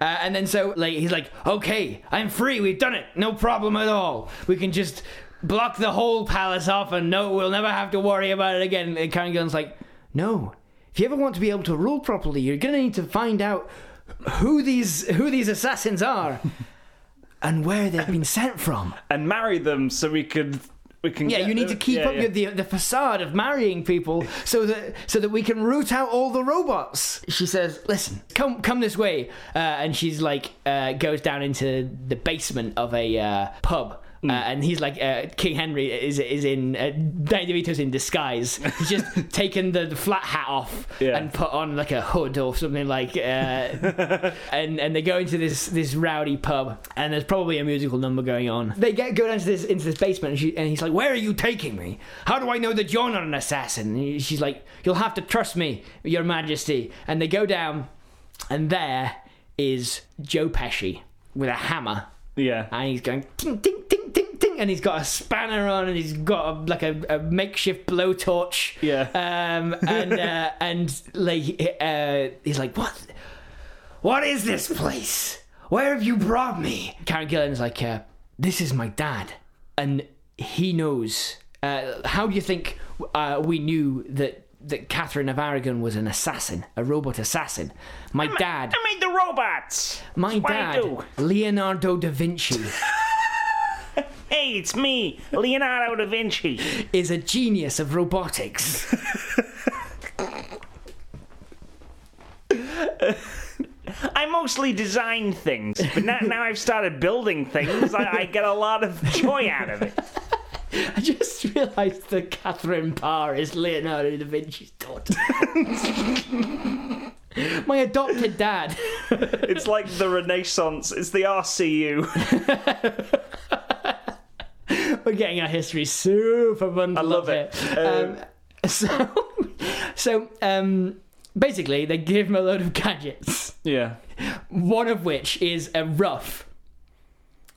uh, and then so like he's like, okay, I'm free. We've done it. No problem at all. We can just block the whole palace off, and no, we'll never have to worry about it again. And Carangon's like, no. If you ever want to be able to rule properly, you're gonna need to find out who these who these assassins are. And where they've been sent from?
And marry them so we could we can
Yeah,
get
you need to
them-
keep
yeah,
up
yeah.
your The, the facade of marrying people so that so that we can root out all the robots. She says, "Listen, come come this way," uh, and she's like uh, goes down into the basement of a uh, pub. Uh, and he's like uh, King Henry is is in uh, Danny DeVito's in disguise. He's just taken the, the flat hat off
Yeah.
and put on like a hood or something like. Uh, and and they go into this this rowdy pub, and there's probably a musical number going on. They get go down to this into this basement, and, she, and he's like, "Where are you taking me? How do I know that you're not an assassin?" And she's like, "You'll have to trust me, Your Majesty." And they go down, and there is Joe Pesci with a hammer
yeah.
and he's going ting ting ting ting ting and he's got a spanner on and he's got a, like a, a makeshift blowtorch
Yeah.
um and uh, and like uh, he's like what what is this place where have you brought me Karen Gillan's like uh, this is my dad and he knows uh, how do you think uh, we knew that that Catherine of Aragon was an assassin, a robot assassin. My dad,
I made the robots.
my
what I
dad,
do.
Leonardo da Vinci.
Hey, it's me, Leonardo da Vinci.
is a genius of robotics.
I mostly design things, but now, now I've started building things. I, I get a lot of joy out of it.
I just realised that Catherine Parr is Leonardo da Vinci's daughter. My adopted dad.
It's like the Renaissance. It's the RCU.
We're getting our history super bundled. I
love it.
Um,
Uh,
so, so um, basically, they give him a load of gadgets.
Yeah.
One of which is a rough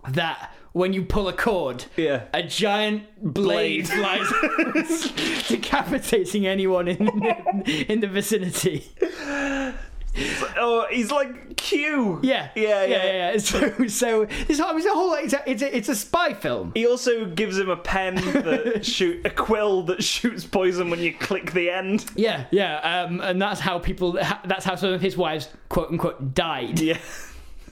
that, when you pull a cord,
Yeah.
a giant blade, flies out, decapitating anyone in the, in the vicinity.
Oh, he's like Q.
Yeah,
Yeah, yeah.
yeah. yeah, So, so this whole, it's a whole it's a, it's a, it's a spy film.
He also gives him a pen that shoot a quill that shoots poison when you click the end.
Yeah, yeah. Um, and that's how people. ha- That's how some of his wives, quote unquote, died.
Yeah.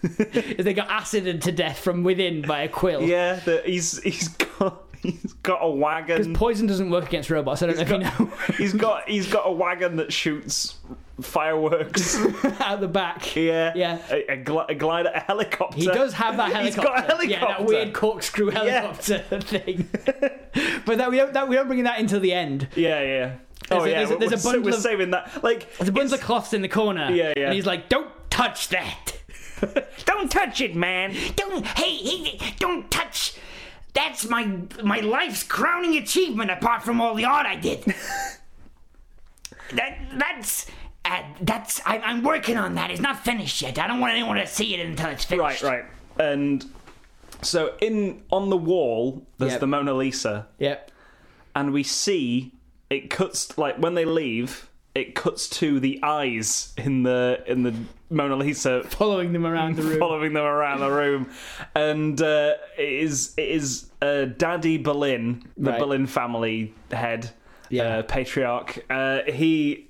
is They got acided to death from within by a quill.
Yeah, that he's he's got he's got a wagon.
Poison doesn't work against robots. I don't know if you know.
He's got he's got a wagon that shoots fireworks.
Out the back.
Yeah.
Yeah.
A, a, gl- a glider, a helicopter.
He does have that helicopter.
He's got a
Yeah, that
helicopter.
weird corkscrew helicopter thing. but that we don't that we don't bring that until the end.
Yeah, yeah.
There's
Oh
a-
yeah,
there's a-
we're-
there's a
we're sa-
bundle
we're
of-
saving that. Like,
The bunch of cloths in the corner.
Yeah, yeah.
And he's like, "Don't touch that.
don't touch it, man.
Don't hey, hey, don't touch. That's my my life's crowning achievement, apart from all the art I did. that that's." Uh, that's I, I'm working on that. It's not finished yet. I don't want anyone to see it until it's
Right,
finished.
right. And so in on the wall, there's
Yep.
the Mona Lisa,
Yep.
and we see it cuts like when they leave, it cuts to the eyes in the in the Mona Lisa
Following them around the room.
following them around the room, and uh, it is it is uh, Daddy Berlin, the
Right.
Berlin family head,
Yeah.
uh, patriarch. Uh, he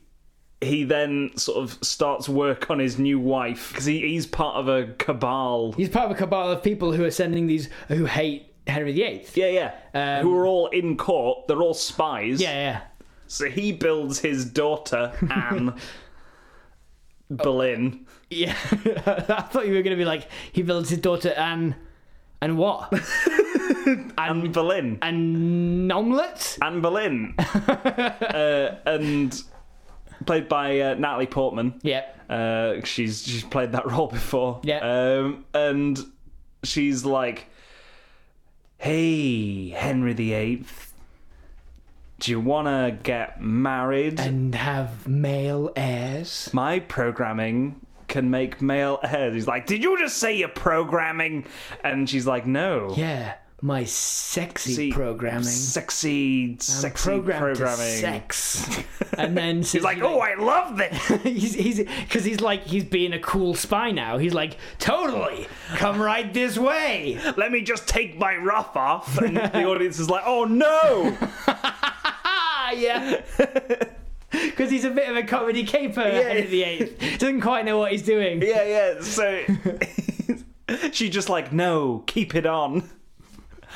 he then sort of starts work on his new wife because he, he's part of a cabal.
He's part of a cabal of people who are sending these who hate Henry VIII.
Yeah, yeah.
Um,
Who are all in court? They're all spies.
Yeah, yeah.
So he builds his daughter Anne Berlin.
Yeah. I thought you were going to be like, he builds his daughter Anne. And what?
Anne Berlin.
An omelette?
Anne Boleyn, uh, and played by uh, Natalie Portman.
Yep.
Uh, she's she's played that role before.
Yeah.
Um, and she's like, "Hey, Henry VIII, do you want to get married?
And have male heirs.
My programming." can make male heirs. He's like, Did you just say you're programming? And she's like, No.
Yeah, my sexy
See,
programming.
Sexy, sexy
programmed to
programming.
sex. and then
He's like, Oh, I love this.
he's he's because he's like he's being a cool spy now. He's like totally come right this way.
Let me just take my ruff off. And the audience is like, Oh, no.
Ah, yeah. Because he's a bit of a comedy caper Henry the Eighth. Doesn't quite know what he's doing.
Yeah, yeah. So she just like, no, keep it on.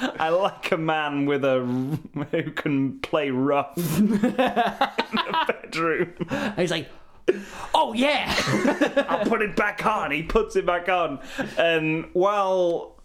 I like a man with a who can play rough in the bedroom.
And he's like, oh yeah,
I put it back on. He puts it back on, and while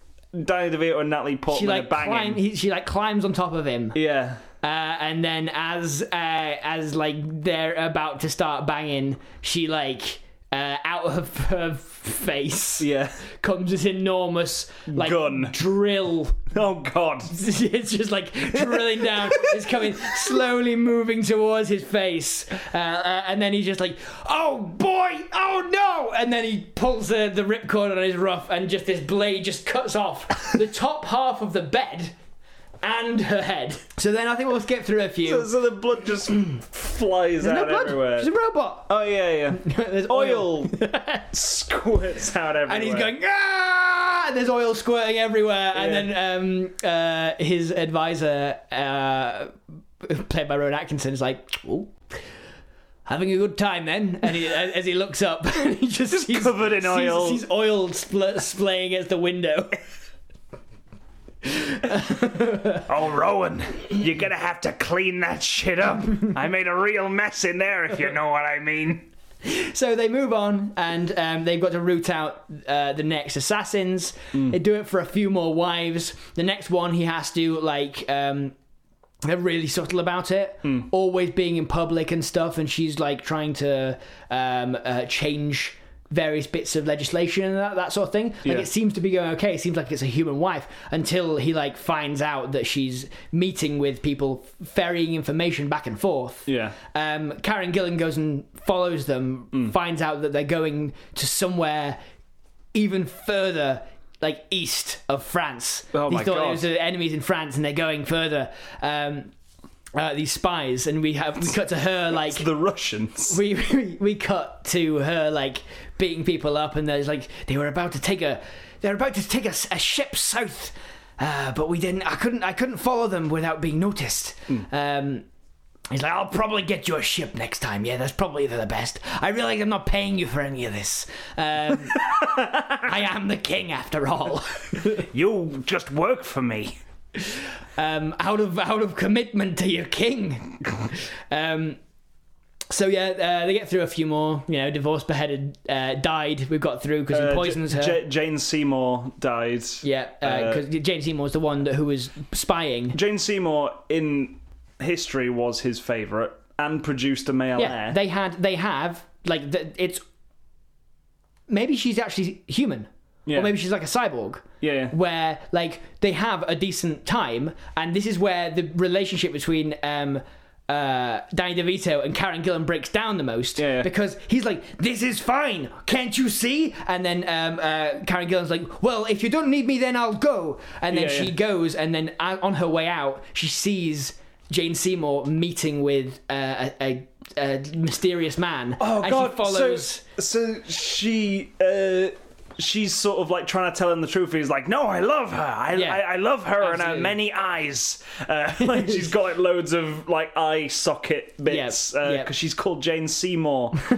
Danny DeVito and Natalie
she
Portman
like
are banging,
climb, he, she like climbs on top of him.
yeah,
Uh, and then as uh, as like they're about to start banging, she like uh, out of her face
yeah.
comes this enormous like
Gun.
drill.
Oh God,
It's just like drilling down. It's coming slowly, moving towards his face, uh, uh, and then he's just like, "Oh boy, oh no!" And then he pulls the the ripcord on his ruff, and just this blade just cuts off the top half of the bed and her head.
So then I think we'll skip through a few.
so the blood just flies
No
out
blood.
everywhere.
She's a robot.
Oh yeah, yeah.
There's
Oil squirts out everywhere,
and he's going ah! There's oil squirting everywhere, and then um, uh, his advisor, uh, played by Rowan Atkinson, is like, "Ooh, having a good time then." And he, as as he looks up, he just, sees,
covered in
sees-
oil.
sees oil spl- splaying against the window.
Oh, Rowan, you're gonna have to clean that shit up. I made a real mess in there, if you know what I mean.
So they move on, and um, they've got to root out uh, the next assassins. They do it for a few more wives. The next one, he has to like. Um, they're really subtle about it, always being in public and stuff. And she's like trying to um, uh, change various bits of legislation and that, that sort of thing. Like
Yeah.
it seems to be going okay. It seems like it's a human wife until he like finds out that she's meeting with people, ferrying information back and forth.
Yeah.
Um, Karen Gillan goes and follows them,
Mm.
finds out that they're going to somewhere even further, like east of France.
Oh
he
my
thought
God.
it was the enemies in France, and they're going further. Um, uh, these spies, and we have we cut to her like
The Russians.
we, we we cut to her like beating people up, and there's like they were about to take a they're about to take a, s- a ship south, uh, but we didn't. I couldn't I couldn't follow them without being noticed. Um, he's like, I'll probably get you a ship next time. Yeah, that's probably the best. I realize I'm not paying you for any of this. Um, I am the king after all.
You just work for me.
um, out of out of commitment to your king. um, so yeah, uh, they get through a few more. You know, divorced, beheaded, uh, died. We've got through because he poisons her.
Uh, J- uh, Jane Seymour died.
yeah, uh, because Jane Seymour was the one that, who was spying.
Jane Seymour in history was his favourite and produced a male
Yeah,
heir.
they had, they have like the, it's. Maybe she's actually human,
yeah.
or maybe she's like a cyborg.
yeah, yeah.
where like they have a decent time, and this is where the relationship between um, uh, Danny DeVito and Karen Gillan breaks down the most
Yeah, yeah.
because he's like, "This is fine, can't you see?" And then um, uh, Karen Gillan's like, "Well, if you don't need me, then I'll go." And then
Yeah,
she
yeah.
goes, and then uh, on her way out, she sees Jane Seymour meeting with uh, a, a, a mysterious man,
Oh
and
God!
she follows.
So, so she, uh, she's sort of like trying to tell him the truth. He's like, "No, I love her. I,
Yeah.
I, I love her and
Absolutely.
her many eyes. Uh, like she's got like, loads of like eye socket bits because
Yep, yep.
she's called Jane Seymour.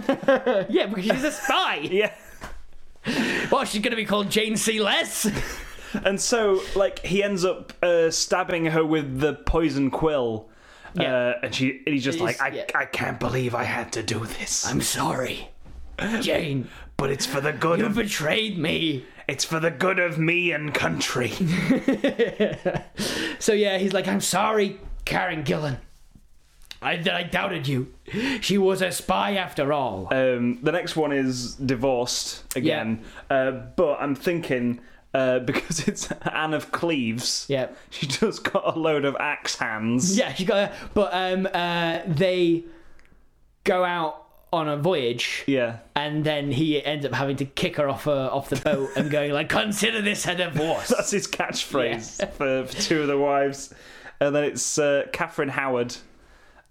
Yeah, because she's a spy.
yeah."
Well, she's gonna be called Jane C. Less.
And so, like, he ends up uh, stabbing her with the poison quill.
Yeah.
Uh, and she, and he's just like, I,
yeah.
I can't believe I had to do this,
I'm sorry. Jane,
but it's for the good
you
of,
betrayed me.
it's for the good of me and country.
So yeah, he's like, I'm sorry, Karen Gillan. I, I doubted you. She was a spy after all.
Um, the next one is divorced again, uh, but I'm thinking uh, because it's Anne of Cleves.
Yeah.
she just got a load of axe hands.
yeah, she got. But um, uh, they go out on a voyage.
Yeah.
And then he ends up having to kick her off uh, off the boat and going like, "Consider this a divorce."
That's his catchphrase for, for two of the wives. And then it's uh, Catherine Howard,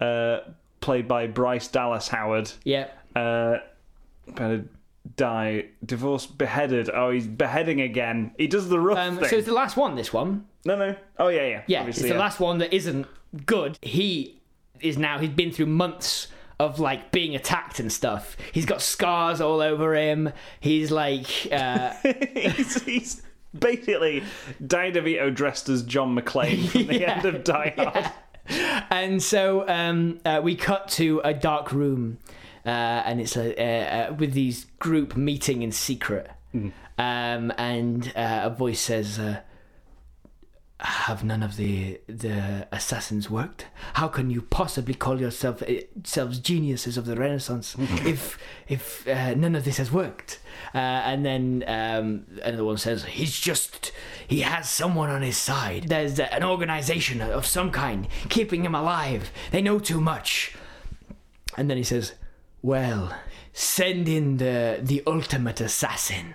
uh, played by Bryce Dallas Howard.
yeah, Um,
Uh, better die. Divorce, beheaded. Oh, he's beheading again. He does the rough
Um,
thing.
so it's the last one. This one,
no, no. Oh, yeah, yeah.
yeah,
Obviously,
it's the
yeah.
last one that isn't good. He is now. He's been through months of like being attacked and stuff. He's got scars all over him. He's like, uh,
he's, he's basically Danny DeVito dressed as John McClane from the end of Die Hard.
and so um, uh, we cut to a dark room, uh, and it's a, uh, uh, with these group meeting in secret.
Hmm.
Um, and uh, a voice says, uh, "Have none of the the assassins worked? How can you possibly call yourself eh, selves geniuses of the Renaissance if if uh, none of this has worked?" Uh, and then um, another one says, "He's just he has someone on his side. There's uh, an organization of some kind keeping him alive. They know too much." And then he says, "Well, send in the the ultimate assassin."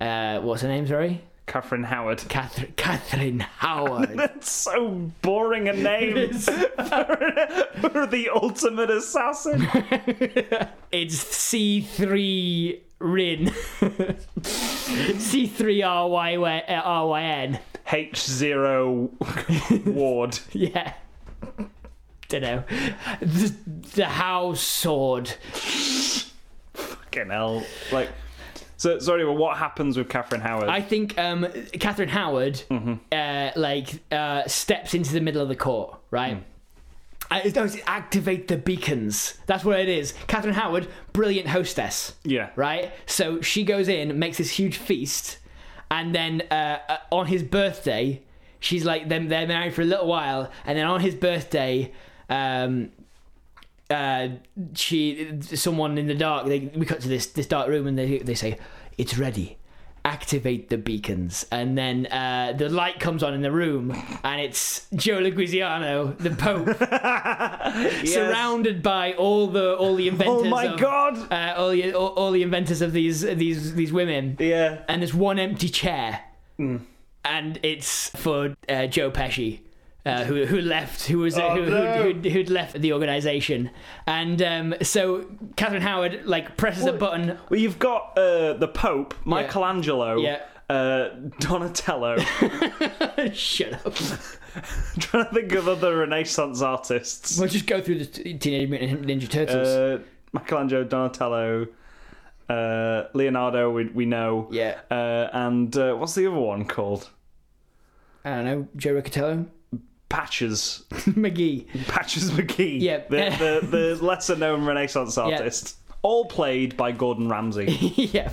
Uh, what's her name? Sorry,
Catherine Howard.
Catherine, Catherine Howard.
That's so boring a name for, for the ultimate assassin.
It's C three Rin. C three R Y R Y N.
H zero Ward.
Yeah. Dunno. The, the house sword.
Fucking hell. Like, so sorry, but what happens with Catherine Howard?
I think um, Catherine Howard uh, like uh, steps into the middle of the court, right? Uh, it's- no, it's activate the beacons. That's what it is. Catherine Howard, brilliant hostess.
yeah.
right? So she goes in, makes this huge feast, and then uh, uh, on his birthday, she's like, they're, they're married for a little while, and then on his birthday, um, uh, she, someone in the dark, they, we cut to this this dark room, and they they say, it's ready. Activate the beacons, and then uh, the light comes on in the room, and it's Joe Liguiziano, the Pope, surrounded by all the all the inventors.
Oh my
of-
god!
uh, all, the, all, all the inventors of these these these women,
Yeah.
and there's one empty chair,
Hmm.
and it's for uh, Joe Pesci, uh, who who left, who was
Oh,
who,
no.
who, who'd, who'd left the organization, and um, so Catherine Howard like presses a button.
Well, you've got uh, the Pope, Michelangelo,
Yeah.
uh, Donatello.
Shut up.
trying to think of other Renaissance artists.
We'll just go through the t- Teenage Mutant Ninja Turtles.
Uh, Michelangelo, Donatello, uh, Leonardo, we, we know.
yeah,
Uh, and uh, what's the other one called?
I don't know. Joe Riccatello,
Patches.
McGee.
Patches McGee.
Yeah.
The, the, the lesser known Renaissance artist. All played by Gordon Ramsay.
yeah.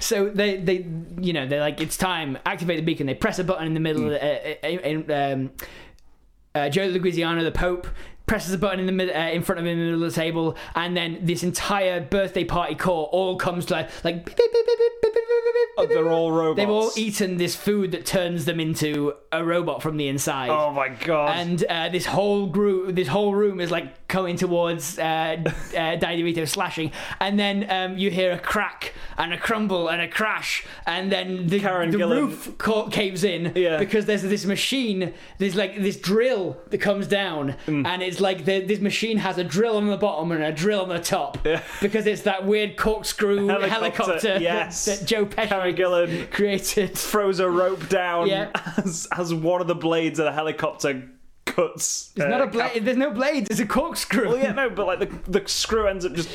So they, they, you know, they're like, it's time, activate the beacon. They press a button in the middle.
Hmm.
Uh, uh, in, um, uh, Joe Liguiziano, the Pope, presses a button in the mid- uh, in front of him in the middle of the table, and then this entire birthday party core all comes to like, like beep, beep, beep, beep, beep, beep, beep, beep, beep, beep.
Oh, They're all robots.
They've all eaten this food that turns them into a robot from the inside.
Oh my god.
And uh, this whole group, this whole room is like coming towards uh, uh, Danny DeVito slashing, and then um, you hear a crack and a crumble and a crash, and then the,
Karen
the
Gillan.
roof ca- caves in
Yeah.
because there's this machine, there's like this drill that comes down,
Mm.
and it's like the, this machine has a drill on the bottom and a drill on the top because it's that weird corkscrew
Helicopter,
helicopter,
yes.
that Joe Pesci
Karen Gillan
created.
throws a rope down
Yeah.
as, as one of the blades of the helicopter cuts.
It's not a blade. There's no blades. It's a corkscrew.
Uh, Well, Oh, yeah, no, but like the the screw ends up just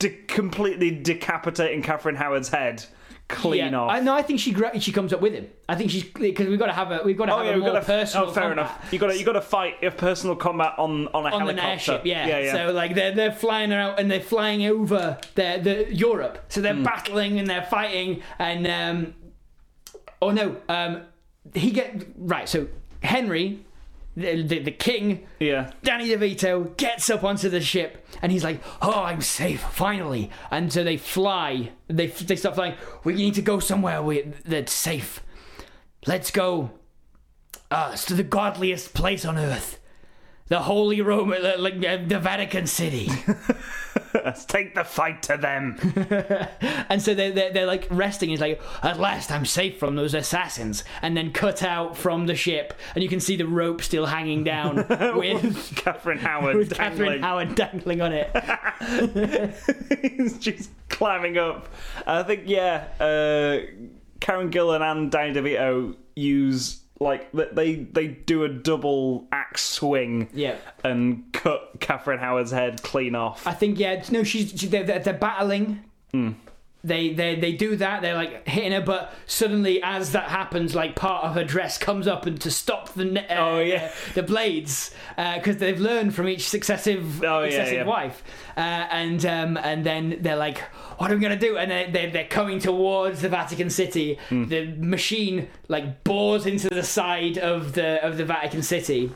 de- completely decapitating Catherine Howard's head clean
Yeah.
off.
I, no, I think she gra- she comes up with him. I think she's because we've got to have a we've got to
Oh
have
yeah,
a
we've
more
got a
personal.
Oh, fair
combat
enough. You got to you got to fight a personal combat on
On
on a
an
helicopter.
airship, yeah.
yeah, yeah.
So like they're they're flying out and they're flying over their the Europe. So
Hmm.
they're battling and they're fighting and um, oh no, um, he get right. So Henry, the the, the king,
yeah.
Danny DeVito gets up onto the ship and he's like, "Oh, I'm safe finally!" And so they fly. They they start flying. We need to go somewhere we, that's safe. Let's go. Uh, to the godliest place uh, on earth, the Holy Roman, like uh, the Vatican City.
Let's take the fight to them.
And so they, they're, they're like resting. He's like, at last I'm safe from those assassins. And then cut out from the ship. And you can see the rope still hanging down with,
Catherine Howard
with Catherine
dangling.
Howard dangling on it.
She's climbing up. I think yeah, uh, Karen Gillan and Danny DeVito use like th- they they do a double axe swing.
Yeah.
and cut Catherine Howard's head clean off.
I think, yeah, no, she's, she, they're, they're, they're battling.
Hmm.
They, they they do that. They're like hitting her, but suddenly, as that happens, like part of her dress comes up and to stop the ne- uh,
Oh, yeah.
the blades because they've learned from each successive
Oh, yeah,
successive
yeah.
wife, uh, and um, and then they're like, what are we gonna do? And they, they they're coming towards the Vatican City.
Hmm.
The machine like bores into the side of the of the Vatican City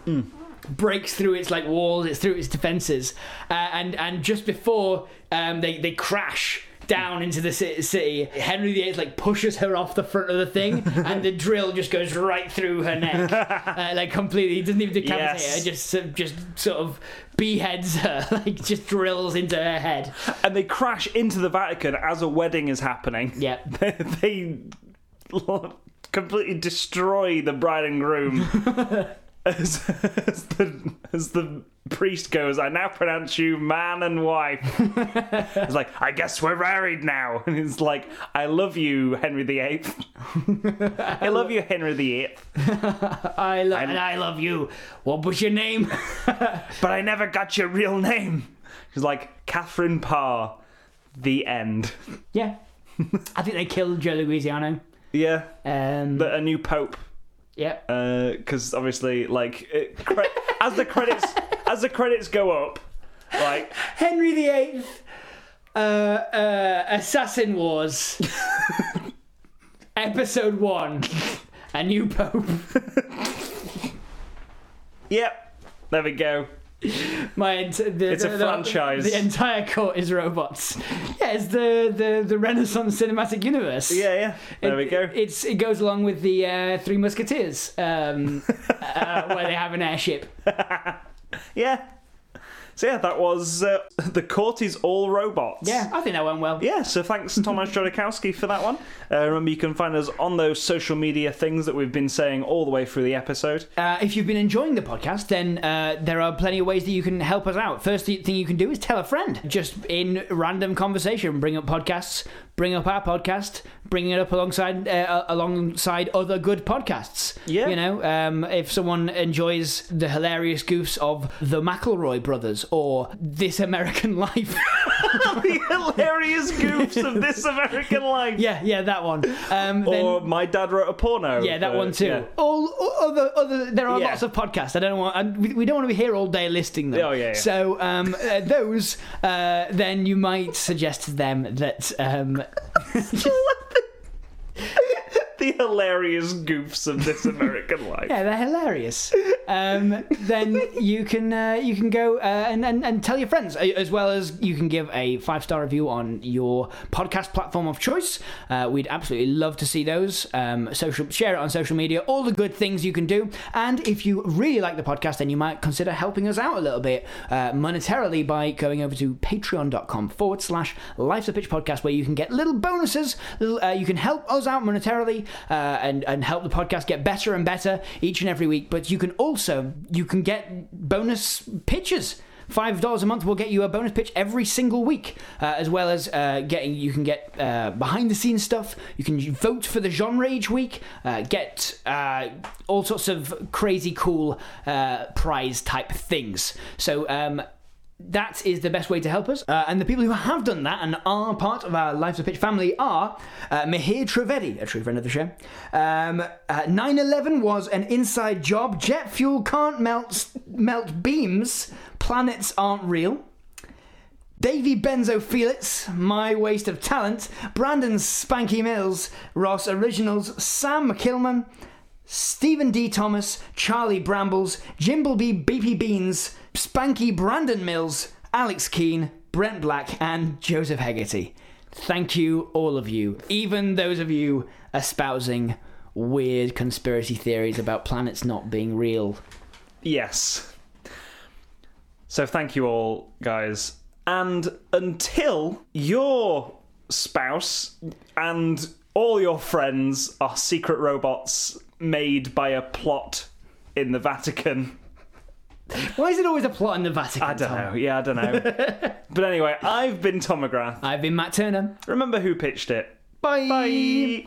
breaks through its like walls, it's through its defenses, uh, and and just before um, they they crash down into the ci- city, Henry VIII like pushes her off the front of the thing, and the drill just goes right through her neck, uh, like completely. He doesn't even decapitate her,
Yes.
just sort of- just sort of beheads her, like just drills into her head.
and they crash into the Vatican as a wedding is happening.
Yeah.
they, they completely destroy the bride and groom as, as the as the priest goes. I now pronounce you man and wife. it's like I guess we're married now, and it's like I love you, Henry VIII. I love you, Henry VIII.
I love and I love you. What was your name?
But I never got your real name. She's like Catherine Parr. The end.
yeah, I think they killed Joe Louisiano.
Yeah,
Um,
but a new pope
yeah.
because obviously, like it, cre- as the credits as the credits go up, like
Henry VIII, uh, uh, Assassin Wars, Episode 1, A New Pope.
yep, there we go.
My ent- the,
It's a
the-
franchise.
The, entire court is robots. Yeah, it's the, the, the Renaissance cinematic universe.
Yeah, yeah, there we
It-
go.
It's it goes along with the uh, Three Musketeers, um, uh, where they have an airship.
Yeah. So yeah, that was uh, the court is all robots.
Yeah, I think that went well.
Yeah, so thanks Tomasz Jodorowsky for that one. Uh, remember, you can find us on those social media things that we've been saying all the way through the episode.
Uh, if you've been enjoying the podcast, then uh, there are plenty of ways that you can help us out. First thing you can do is tell a friend. Just in random conversation, bring up podcasts, bring up our podcast, bring it up alongside uh, alongside other good podcasts.
Yeah.
you know, um, if someone enjoys the hilarious goofs of the McElroy brothers or This American Life.
the hilarious goofs of this American life.
yeah, yeah, that one. Um, then-
Or my dad wrote a porno.
Yeah, that
Uh,
one too.
yeah.
All o- other other there are
Yeah.
lots of podcasts. I don't want and we, we don't want to be here all day listing them.
Oh, yeah, yeah.
So um, uh, those uh, then you might suggest to them that um,
the hilarious goofs of this American life.
yeah they're hilarious. Um, then you can uh, you can go uh, and, and and tell your friends a- as well as you can give a five star review on your podcast platform of choice. Uh, we'd absolutely love to see those. Um, social share it on social media. All the good things you can do. And if you really like the podcast, then you might consider helping us out a little bit uh, monetarily by going over to patreon.com forward slash Life's a Pitch podcast, where you can get little bonuses. Little, uh, you can help us out monetarily uh, and, and help the podcast get better and better each and every week. But you can also, you can get bonus pitches. Five dollars a month will get you a bonus pitch every single week, uh, as well as uh, getting you can get uh, behind the scenes stuff. You can vote for the genre each week, uh, get uh, all sorts of crazy cool uh, prize type things. So. Um, that is the best way to help us. Uh, and the people who have done that and are part of our Lives of Pitch family are uh, Mihir Trivedi, a true friend of the show. Um, uh, 9/11 was an inside job. Jet fuel can't melt melt beams. Planets aren't real. Davy Benzo Felix, My Waste of Talent, Brandon Spanky Mills, Ross Originals, Sam McKillman, Stephen D. Thomas, Charlie Brambles, Jimbleby BP Beans, Spanky Brandon Mills, Alex Keane, Brent Black, and Joseph Hegarty. Thank you, all of you, even those of you espousing weird conspiracy theories about planets not being real.
Yes. So thank you all, guys. and until your spouse and all your friends are secret robots made by a plot in the Vatican.
Why is it always a plot in the Vatican?
I don't
Tom?
know. Yeah, I don't know. but anyway, I've been Tom McGrath.
I've been Matt Turner.
Remember who pitched it?
Bye.
Bye.